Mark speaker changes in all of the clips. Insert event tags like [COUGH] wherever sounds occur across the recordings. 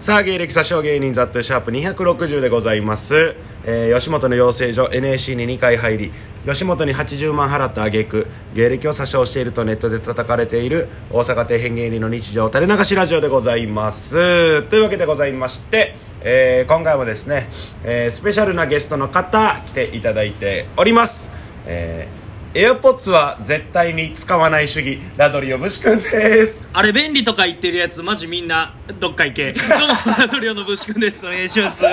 Speaker 1: さあ芸歴詐称芸人ザットシャープ260でございます、えー吉本の養成所 NAC に2回入り吉本に80万払った挙句芸歴を詐称しているとネットで叩かれている大阪底辺芸人の日常垂れ流しラジオでございますというわけでございまして、えー今回もですね、えースペシャルなゲストの方来ていただいております、えー、エアポッツは絶対に使わない主義ラドリオブシ君です
Speaker 2: あれ便利とか言ってるやつマジみんなどっか行けどうもラトリオのぶし君ですお願いしますね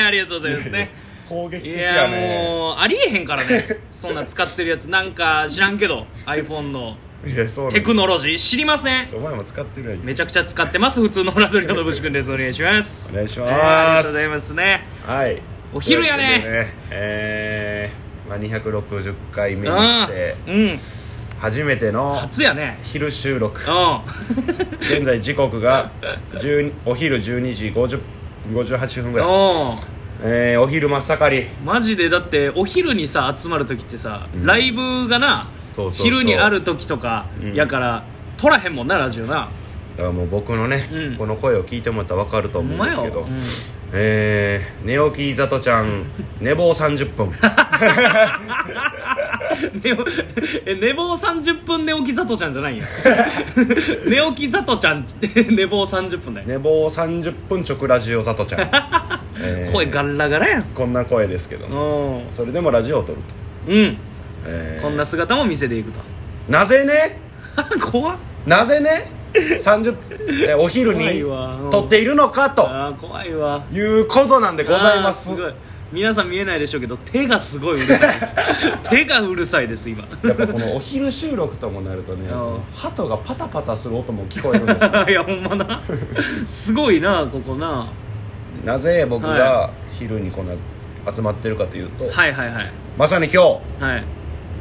Speaker 2: ありがとうございま
Speaker 1: [LAUGHS]
Speaker 2: すね
Speaker 1: 攻撃
Speaker 2: い
Speaker 1: 的
Speaker 2: や
Speaker 1: やね
Speaker 2: もうありえへんからねそんな使ってるやつなんか知らんけど iPhone の
Speaker 1: いやそうなんです
Speaker 2: テクノロジー知りません
Speaker 1: お前も使ってるやん
Speaker 2: めちゃくちゃ使ってます普通のラドリオのぶし君ですお願いします
Speaker 1: お願いし
Speaker 2: え
Speaker 1: ま
Speaker 2: ー
Speaker 1: す、
Speaker 2: ありがとうございますね
Speaker 1: はい
Speaker 2: お昼やね
Speaker 1: ということでえーまあ、260回目にして
Speaker 2: うんうん
Speaker 1: 初めての
Speaker 2: 初やね
Speaker 1: 昼収録
Speaker 2: うん
Speaker 1: 現在時刻
Speaker 2: [LAUGHS]
Speaker 1: が10お昼12時50 58分ぐらい、 [LAUGHS]
Speaker 2: うん
Speaker 1: えーお昼真っ盛り
Speaker 2: マジでだってお昼にさ集まる時ってさ、
Speaker 1: うん
Speaker 2: ライブがな
Speaker 1: そうそうそう
Speaker 2: 昼にある時とか
Speaker 1: うん
Speaker 2: やから、撮らへんもんなラジオな [LAUGHS]
Speaker 1: だからもう僕のね、
Speaker 2: うん
Speaker 1: この声を聞いてもらったら分かると
Speaker 2: ほ
Speaker 1: 思
Speaker 2: ん
Speaker 1: うん
Speaker 2: ま
Speaker 1: です
Speaker 2: よ
Speaker 1: けど、
Speaker 2: うん
Speaker 1: えー、寝起きざとちゃん寝坊30分
Speaker 2: [LAUGHS] 寝ぼえ寝坊30分寝起き里ちゃんじ
Speaker 1: [LAUGHS]
Speaker 2: ゃないんや寝起き里ちゃん [LAUGHS] って寝坊30分だよ、
Speaker 1: 寝坊30分直ラジオざと
Speaker 2: [LAUGHS]
Speaker 1: ちゃん、えー
Speaker 2: 声ガラガラやん
Speaker 1: こんな声ですけど
Speaker 2: う
Speaker 1: も
Speaker 2: ん、
Speaker 1: それでもラジオを撮ると、
Speaker 2: うん、
Speaker 1: えー
Speaker 2: こんな姿も見せていくと [LAUGHS]
Speaker 1: なぜね
Speaker 2: 怖っ
Speaker 1: なぜね30えお昼
Speaker 2: 怖
Speaker 1: に
Speaker 2: いわうん
Speaker 1: 撮っているのかと
Speaker 2: あー怖いわ
Speaker 1: いうことなんでございます
Speaker 2: あーごい皆さん見えないでしょうけど手がすごいうるさいで
Speaker 1: [LAUGHS]
Speaker 2: す手がうるさいです今
Speaker 1: やっぱこのお昼収録ともなるとね
Speaker 2: うん
Speaker 1: 鳩がパタパタする音も聞こえるん
Speaker 2: [LAUGHS]
Speaker 1: ですよ
Speaker 2: いやほんまなすごいなここな
Speaker 1: なぜ僕が
Speaker 2: は
Speaker 1: 昼にこんな集まってるかというと、
Speaker 2: はいはいはい
Speaker 1: まさに今日
Speaker 2: はい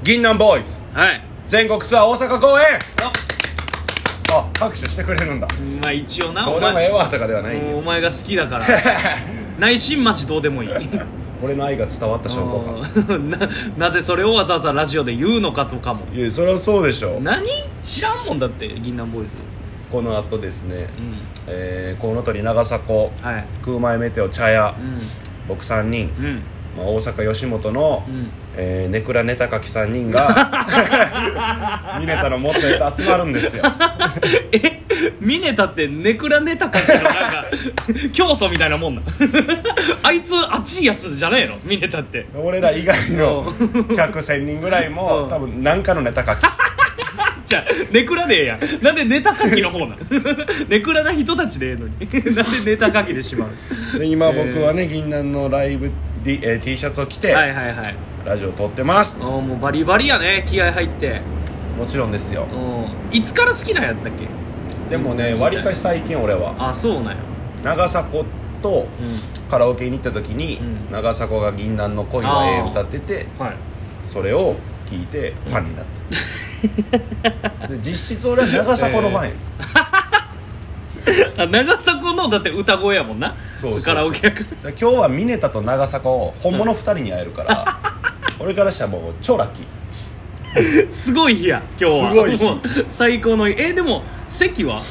Speaker 1: 銀杏ボーイズ
Speaker 2: はい
Speaker 1: 全国ツアー大阪公演あ拍手してくれるんだ
Speaker 2: まあ一応な
Speaker 1: ど
Speaker 2: お
Speaker 1: うでもええ
Speaker 2: 前
Speaker 1: わとかではない
Speaker 2: もうお前が好きだから内心マジどうでもいい
Speaker 1: 俺の愛が伝わった証拠か
Speaker 2: うんななぜそれをわざわざラジオで言うのかとかも
Speaker 1: いやそれはそうでしょ
Speaker 2: 何知らんもんだって銀杏ボーイズ
Speaker 1: この後ですね、
Speaker 2: う
Speaker 1: えー、コウノトリ長迫
Speaker 2: んはい
Speaker 1: 空前メテオ茶屋、
Speaker 2: う
Speaker 1: 僕3人、
Speaker 2: んうん
Speaker 1: まあ、大阪吉本の、
Speaker 2: うん
Speaker 1: えー、ネクラネタ書き3人
Speaker 2: [LAUGHS]
Speaker 1: がミネタの元へと集まるんですよ
Speaker 2: えミネタってネクラネタかけのなんか競争みたいなもんな [LAUGHS] あいつあっちいやつじゃねえのミネタって
Speaker 1: 俺ら以外の
Speaker 2: う
Speaker 1: 客1000人ぐらいも
Speaker 2: うん
Speaker 1: 多分何かのネタ書き
Speaker 2: じゃあネクラでええやんなんでネタ書きの方 [LAUGHS] なのネクラな人たちでええのになんでネタ書きでしまう [LAUGHS]
Speaker 1: で今僕はね銀杏のライブ、D えー、T シャツを着て、
Speaker 2: はいはいはい
Speaker 1: ラジオ撮ってます
Speaker 2: おーもうバリバリやね気合入って
Speaker 1: もちろんですよ
Speaker 2: おーいつから好きなんやったっけ
Speaker 1: でもねわりかし最近俺は
Speaker 2: あそうなんや
Speaker 1: 長迫と
Speaker 2: う
Speaker 1: カラオケに行った時に、
Speaker 2: うん
Speaker 1: 長迫が銀杏の恋はええ歌ってて
Speaker 2: んはい
Speaker 1: それを聞いてファンにな
Speaker 2: [LAUGHS]
Speaker 1: ったで実質俺は長迫のファンや、
Speaker 2: [LAUGHS] あ長迫のだって歌声やもんな
Speaker 1: そうそうそう
Speaker 2: カラオケやから
Speaker 1: だから今日はミネタと長迫を本物2人に会えるから
Speaker 2: [LAUGHS]
Speaker 1: 俺からしたらもう超ラッキー
Speaker 2: すごい日や今日は
Speaker 1: すごい日
Speaker 2: もう最高の日えでも席は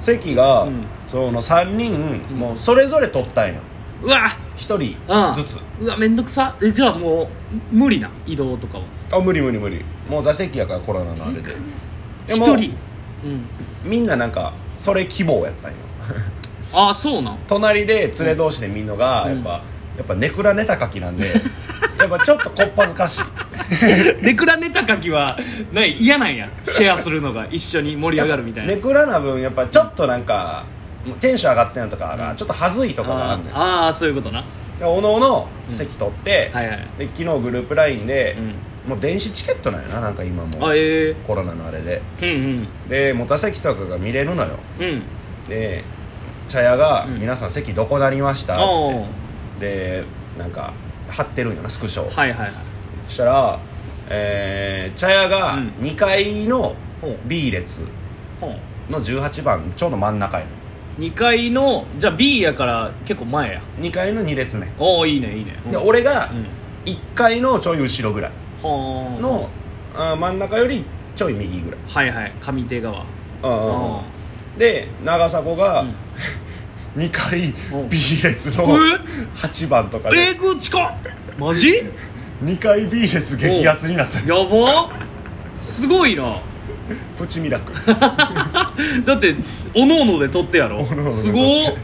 Speaker 1: 席が、
Speaker 2: うん
Speaker 1: その3人、
Speaker 2: うん
Speaker 1: もうそれぞれ取ったんよ
Speaker 2: うわ
Speaker 1: 1
Speaker 2: うん
Speaker 1: 人ずつ、
Speaker 2: うわめんどくさえじゃあもう無理な移動とかは
Speaker 1: あ無理無理無理もう座席やからコロナのあれででも
Speaker 2: [LAUGHS] 一人うん
Speaker 1: みんななんかそれ希望やったんよ
Speaker 2: ああそうなん
Speaker 1: 隣で連れ同士で見んのが、
Speaker 2: うん
Speaker 1: やっぱやっぱネクラネタ書きなん
Speaker 2: [LAUGHS]
Speaker 1: でやっぱちょっとこっぱずかしい
Speaker 2: ネクラネタ書きはない嫌なんやシェアするのが一緒に盛り上がるみたいな
Speaker 1: ネクラな分やっぱちょっとなんかテンション上がってんのとかがちょっと恥ずいとかがあ
Speaker 2: あ
Speaker 1: んねん
Speaker 2: ーあーそういうことな
Speaker 1: おのおの席取って、
Speaker 2: はいはい
Speaker 1: で昨日グループ LINE で
Speaker 2: う、ん
Speaker 1: もう電子チケットなんよななんか今も
Speaker 2: あ
Speaker 1: う
Speaker 2: ええ
Speaker 1: コロナのあれで
Speaker 2: うん
Speaker 1: でもう座席とかが見れるのよ
Speaker 2: うんうん
Speaker 1: で茶屋が「
Speaker 2: うん
Speaker 1: 皆さん席どこなりました?」っ
Speaker 2: おー
Speaker 1: つってでなんか貼ってるんよなスクショを、
Speaker 2: はいはいはい
Speaker 1: そしたら、えー茶屋が
Speaker 2: うん
Speaker 1: 2階の
Speaker 2: ほう
Speaker 1: B 列
Speaker 2: ほう
Speaker 1: の18番ちょうど真ん中やね
Speaker 2: 2階のじゃあ B やから結構前や
Speaker 1: 2階の2列目
Speaker 2: おおいいねいいね
Speaker 1: で俺が
Speaker 2: うん
Speaker 1: 1階のちょい後ろぐらい
Speaker 2: ほー
Speaker 1: の、あー真ん中よりちょい右ぐらい
Speaker 2: はいはい上手側
Speaker 1: [LAUGHS] うんうんうんで長迫が、
Speaker 2: うん
Speaker 1: 2階
Speaker 2: うん
Speaker 1: B 列の
Speaker 2: え
Speaker 1: 8番とか
Speaker 2: え
Speaker 1: で
Speaker 2: ぐ近っマジや
Speaker 1: 2階 B 列激アツになった
Speaker 2: ばすごいな
Speaker 1: プチミラクル
Speaker 2: だっておのおので撮ってやろ
Speaker 1: おのおので撮って
Speaker 2: [LAUGHS] す
Speaker 1: [LAUGHS]
Speaker 2: ごっ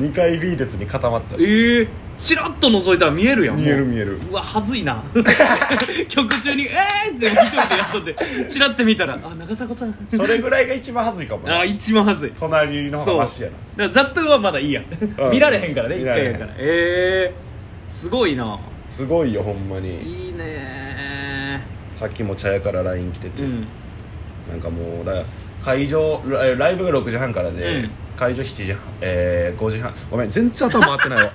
Speaker 1: 2階 B 列に固まった
Speaker 2: ええチラッと覗いたら見えるやんもう
Speaker 1: 見える見える
Speaker 2: うわはずいな [LAUGHS] 曲中に「えー!」って一人でやっとってチラッて見たら「あ長迫さん」
Speaker 1: それぐらいが一番恥ずいかもな
Speaker 2: [LAUGHS] あ一番はずい
Speaker 1: 隣の方がマシやな
Speaker 2: だからザットゥはまだいいやん、
Speaker 1: うん
Speaker 2: 見られへんからね一
Speaker 1: 見られ
Speaker 2: 回
Speaker 1: へん
Speaker 2: やからええすごいな
Speaker 1: すごいよほんまに
Speaker 2: いいね
Speaker 1: さっきも茶屋から LINE 来てて、
Speaker 2: うん [LAUGHS]
Speaker 1: なんかもうだ会場ラライブが6時半からで、
Speaker 2: うん
Speaker 1: 会場7時半、えー5時半ごめん全然頭回ってないわ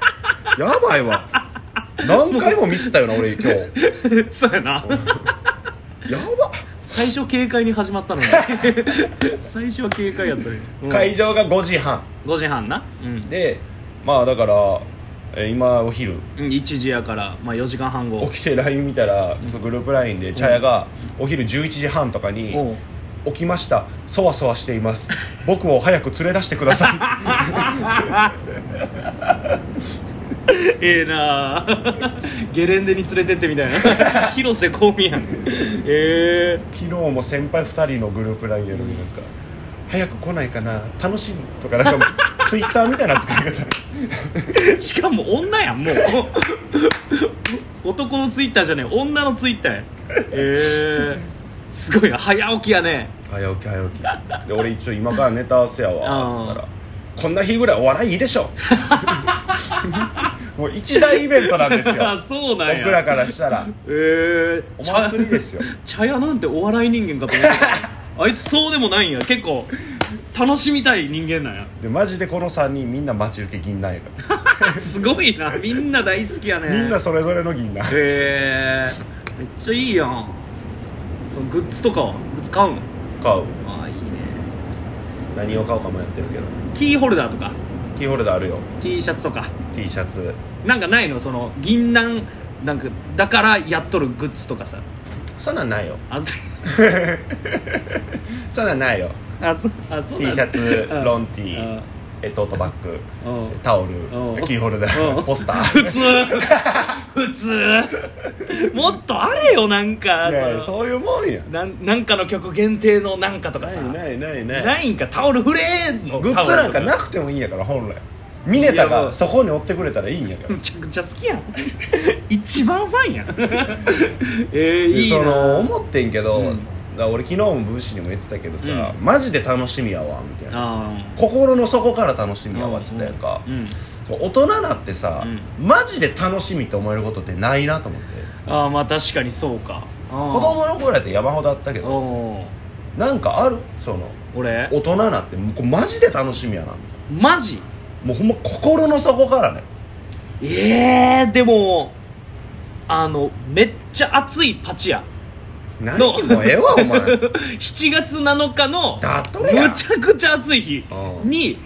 Speaker 1: [LAUGHS] やばいわ何回も見せたよな俺今日
Speaker 2: そうやな
Speaker 1: やば、
Speaker 2: 最初警戒に始まったのに [LAUGHS] 最初は警戒やったのに、うん
Speaker 1: 会場が5時半
Speaker 2: 5時半なうん
Speaker 1: でまあだから、えー今お昼
Speaker 2: うん1時やから、まあ、4時間半後
Speaker 1: 起きて LINE 見たら、そのグループ LINE で茶屋がお昼11時半とかに、
Speaker 2: おう
Speaker 1: 起きましたそわそわしています僕を早く連れ出してください
Speaker 2: ええなあ [LAUGHS] ゲレンデに連れてってみたいな [LAUGHS] 広瀬香美やんええ
Speaker 1: 昨日も先輩2人のグループ LINE やのになんか早く来ないかな楽しみとかなん [LAUGHS] かツイッターみたいな使い方
Speaker 2: しかも女やんもう [LAUGHS] 男のツイッターじゃねえ女のツイッターやええすごいな早起きやね
Speaker 1: [LAUGHS] 早起き早起きで俺一応今からネタ合わせやわっつった
Speaker 2: う
Speaker 1: ら「こんな日ぐらいお笑いいいでし [LAUGHS] ょ」もう一大イベントなんですよ
Speaker 2: あ [LAUGHS] そうなんや
Speaker 1: 僕らからしたら
Speaker 2: ええ
Speaker 1: お祭りですよ
Speaker 2: 茶 [LAUGHS] 屋なんてお笑い人間かと思って
Speaker 1: [LAUGHS]
Speaker 2: たあいつそうでもないんや結構楽しみたい人間なんや
Speaker 1: でマジでこの3人みんな待ち受け銀杏やか
Speaker 2: すごいなみんな大好きやね
Speaker 1: らみんなそれぞれの銀杏
Speaker 2: へえー、めっちゃいいやんそのグッズとかはグッズ買うの
Speaker 1: 買う
Speaker 2: ああいいね
Speaker 1: 何を買おうかもやってるけど
Speaker 2: キーホルダーとか
Speaker 1: キーホルダーあるよ
Speaker 2: T シャツとか
Speaker 1: T シャツ
Speaker 2: なんかないのその銀杏なんかだからやっとるグッズとかさ
Speaker 1: そんなんない [LAUGHS] よ
Speaker 2: あそ
Speaker 1: そんなんないよ
Speaker 2: あそあそう
Speaker 1: T シャツロン T
Speaker 2: ー
Speaker 1: えトートバッグ
Speaker 2: うん
Speaker 1: タオル
Speaker 2: うん
Speaker 1: キーホルダ
Speaker 2: う
Speaker 1: ー
Speaker 2: ん
Speaker 1: ポス
Speaker 2: [LAUGHS]
Speaker 1: ター [LAUGHS]
Speaker 2: 普通普通もっとあれよなんか
Speaker 1: いやいや
Speaker 2: その
Speaker 1: そういうもんや
Speaker 2: なんなんかの曲限定のなんかとか
Speaker 1: な
Speaker 2: さ
Speaker 1: いないない
Speaker 2: な
Speaker 1: ない
Speaker 2: いんかタオルフレーの
Speaker 1: グッズなんかなくてもいいんやから本来ミネタ
Speaker 2: いやも
Speaker 1: が
Speaker 2: う
Speaker 1: そこに追ってくれたらいいんやから
Speaker 2: むちゃくちゃ好きやん一番ファンやん [LAUGHS] えー、
Speaker 1: で
Speaker 2: いいな
Speaker 1: その思ってんけど
Speaker 2: うん
Speaker 1: だから俺昨日もブーシーにも言ってたけどさ
Speaker 2: う
Speaker 1: マジで楽しみやわみたいな
Speaker 2: あ
Speaker 1: 心の底から楽し
Speaker 2: ー
Speaker 1: みやわっつったやんか
Speaker 2: うん
Speaker 1: そう大人なってさ
Speaker 2: う
Speaker 1: マジで楽しみって思えることってないなと思って
Speaker 2: あーまあ確かにそうかあー
Speaker 1: 子供の頃やって山ほどあったけど
Speaker 2: おー
Speaker 1: なんかあるその
Speaker 2: 俺
Speaker 1: 大人なってこれマジで楽しみやなみたい
Speaker 2: マジ
Speaker 1: なもうほんま心の底からね
Speaker 2: えー、でもあのめっちゃ熱いパチや
Speaker 1: 何
Speaker 2: の
Speaker 1: もうええわ
Speaker 2: [LAUGHS]
Speaker 1: お前
Speaker 2: 7月7日の
Speaker 1: だっと
Speaker 2: む
Speaker 1: るやん
Speaker 2: ちゃくちゃ暑い日
Speaker 1: うん
Speaker 2: に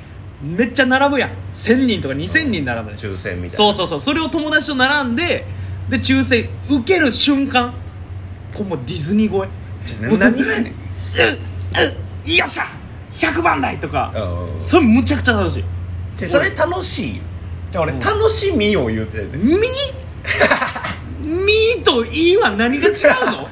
Speaker 2: めっちゃ並ぶやん1000人とか2000人並ぶね
Speaker 1: 抽選みたいな
Speaker 2: そうそうそうそれを友達と並んでで抽選受ける瞬間これもうディズニー越
Speaker 1: 何がやねん
Speaker 2: えよっしゃ100番台とか
Speaker 1: うん
Speaker 2: それむちゃくちゃ楽しい
Speaker 1: ちょそれ楽しいよじゃあ俺
Speaker 2: うん
Speaker 1: 楽しみを言うてんねん
Speaker 2: み
Speaker 1: [LAUGHS]
Speaker 2: みといいは何が違う
Speaker 1: [LAUGHS]
Speaker 2: の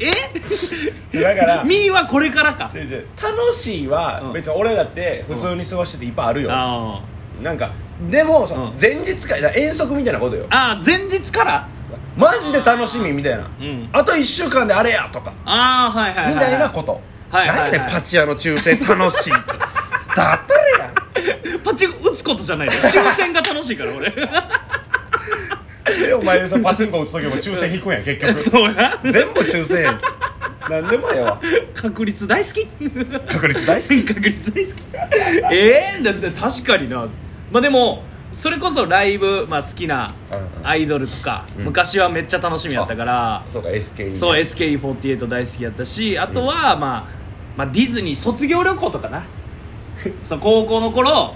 Speaker 2: え
Speaker 1: だから
Speaker 2: みはこれからか
Speaker 1: 違う違う楽しいは
Speaker 2: うん
Speaker 1: 別に俺だって普通に過ごしてていっぱいあるよ
Speaker 2: あ
Speaker 1: なんかでもその
Speaker 2: うん
Speaker 1: 前日からだから遠足みたいなことよ
Speaker 2: ーあー前日から
Speaker 1: マジで楽しみみたいな
Speaker 2: うん
Speaker 1: あと1週間であれやとか
Speaker 2: ああはいはいはい、
Speaker 1: み
Speaker 2: はい、
Speaker 1: たいなこと
Speaker 2: はいはいは
Speaker 1: 何や
Speaker 2: い
Speaker 1: ねんパチ屋の抽選楽しいって
Speaker 2: [LAUGHS]
Speaker 1: だったらやん
Speaker 2: パチンコ打つことじゃないよ抽選が楽しいから俺
Speaker 1: えお前さパチンコ打つ時も抽選引くんやん結 [LAUGHS] 局
Speaker 2: そうや
Speaker 1: 全部抽選やん何でもええわ
Speaker 2: 確率大好き
Speaker 1: 確率大好き
Speaker 2: 確率大好きえ [LAUGHS] えだって確かになまあでもそれこそライブ、まあ、好きなアイドルとか、
Speaker 1: うん
Speaker 2: 昔はめっちゃ楽しみやったから
Speaker 1: そうか SKE
Speaker 2: そう SKE48 大好きやったしあとは、まあ、まあディズニー卒業旅行とかな [LAUGHS] そう高校の頃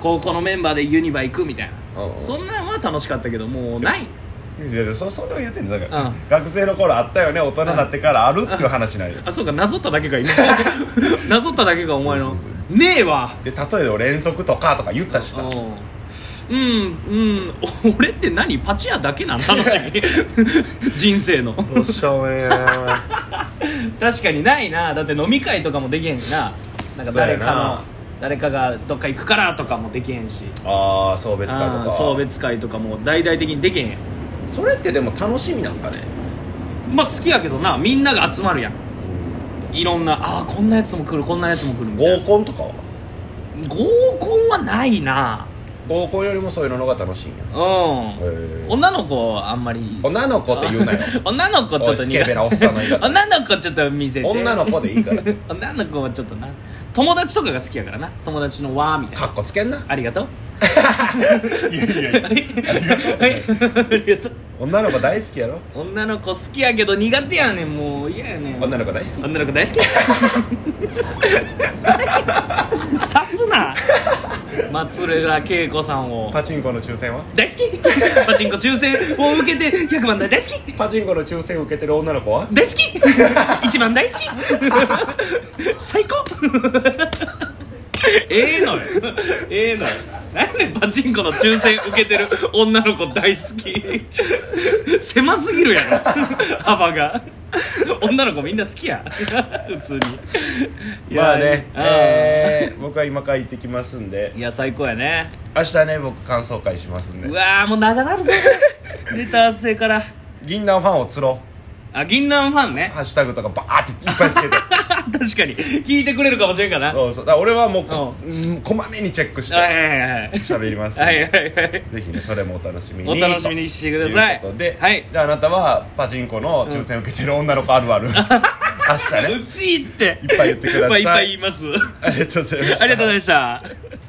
Speaker 2: 高校のメンバーでユニバ行くみたいな、
Speaker 1: うんうん
Speaker 2: そんなんは楽しかったけどもうない
Speaker 1: いやいやそそれを言ってんだだから、
Speaker 2: うん
Speaker 1: 学生の頃あったよね大人になってからあるっていう話なんよ [LAUGHS]
Speaker 2: あそうかなぞっただけか今なぞっただけかお前の
Speaker 1: そうそうそう
Speaker 2: ねえわ
Speaker 1: で例えば連続とかとか言ったしさ
Speaker 2: うんうん [LAUGHS] 俺って何パチ屋だけなん楽しみ
Speaker 1: [LAUGHS]
Speaker 2: 人生の
Speaker 1: どうしようもねえな
Speaker 2: 確かにないなだって飲み会とかもできへんしななんか誰
Speaker 1: そうや
Speaker 2: か
Speaker 1: な
Speaker 2: の誰かがどっか行くからとかもできへんし
Speaker 1: ああ送別会と
Speaker 2: あー
Speaker 1: か
Speaker 2: 送別会とかも大々的にできへんやん
Speaker 1: それってでも楽しみなんかね
Speaker 2: まあ好きやけどなみんなが集まるやんいろんなああーこんなやつも来るこんなやつも来るみた
Speaker 1: 合
Speaker 2: いな
Speaker 1: コンとかは
Speaker 2: 合コンはないな
Speaker 1: 合コンよりもそういうのが楽しいんやへ
Speaker 2: うん、
Speaker 1: ー
Speaker 2: 女の子はあんまり
Speaker 1: 女の子って言うなよ
Speaker 2: [LAUGHS] 女の子ちょっと苦
Speaker 1: おいスケベなおっさんの言い方
Speaker 2: 女の子ちょっと見せて
Speaker 1: 女の子でいい [LAUGHS] から
Speaker 2: 女の子はちょっとな友達とかが好きやからな友達のわーみたい
Speaker 1: か
Speaker 2: な
Speaker 1: っこつけんな
Speaker 2: ありがとう
Speaker 1: いやいやいや
Speaker 2: はいはい [LAUGHS] ありがとう
Speaker 1: 女の子大好きやろ
Speaker 2: 女の子好きやけど苦手やねんもう嫌やねん
Speaker 1: 女の子大好き
Speaker 2: 女の
Speaker 1: [LAUGHS]
Speaker 2: 子大好きさすな松浦恵子さんを
Speaker 1: パチンコの抽選は
Speaker 2: 大好きパチンコ抽選を受けて100万台大好き
Speaker 1: パチンコの抽選受けてる女の子は
Speaker 2: 大好き一番大好き [LAUGHS] 最高 [LAUGHS] ええのよええのよなんでパチンコの抽選受けてる女の子大好き狭すぎるやろ [LAUGHS] 幅が女の子みんな好きや [LAUGHS] 普通にいや
Speaker 1: まあね、
Speaker 2: うん
Speaker 1: えー、僕は今から行ってきますんで
Speaker 2: いや最高やね
Speaker 1: 明日ね僕感想会しますん
Speaker 2: う
Speaker 1: で
Speaker 2: わーもう長な
Speaker 1: [LAUGHS]
Speaker 2: るぞレター生から
Speaker 1: 銀杏ファンを釣ろ
Speaker 2: あ銀杏ファン
Speaker 1: う
Speaker 2: ね [LAUGHS]
Speaker 1: ハッシュタグとかバーっていっぱいつけて
Speaker 2: 確かに聞いてくれるかもしれんからな
Speaker 1: そうそうだから俺はもうこ,、うん、こまめにチェックし
Speaker 2: はい
Speaker 1: て
Speaker 2: はいはいはい
Speaker 1: 喋りますんで
Speaker 2: はいはいはい
Speaker 1: [LAUGHS] ぜひねそれもお楽しみに
Speaker 2: お楽しみにしてください
Speaker 1: ということで、
Speaker 2: はい
Speaker 1: じゃああなたはパチンコの抽選受けてる女の子あるある明日ね
Speaker 2: 欲しいって [LAUGHS]
Speaker 1: いっぱい言ってください
Speaker 2: っぱいいっぱい言いますあ
Speaker 1: ありがとうございました
Speaker 2: りがとうございました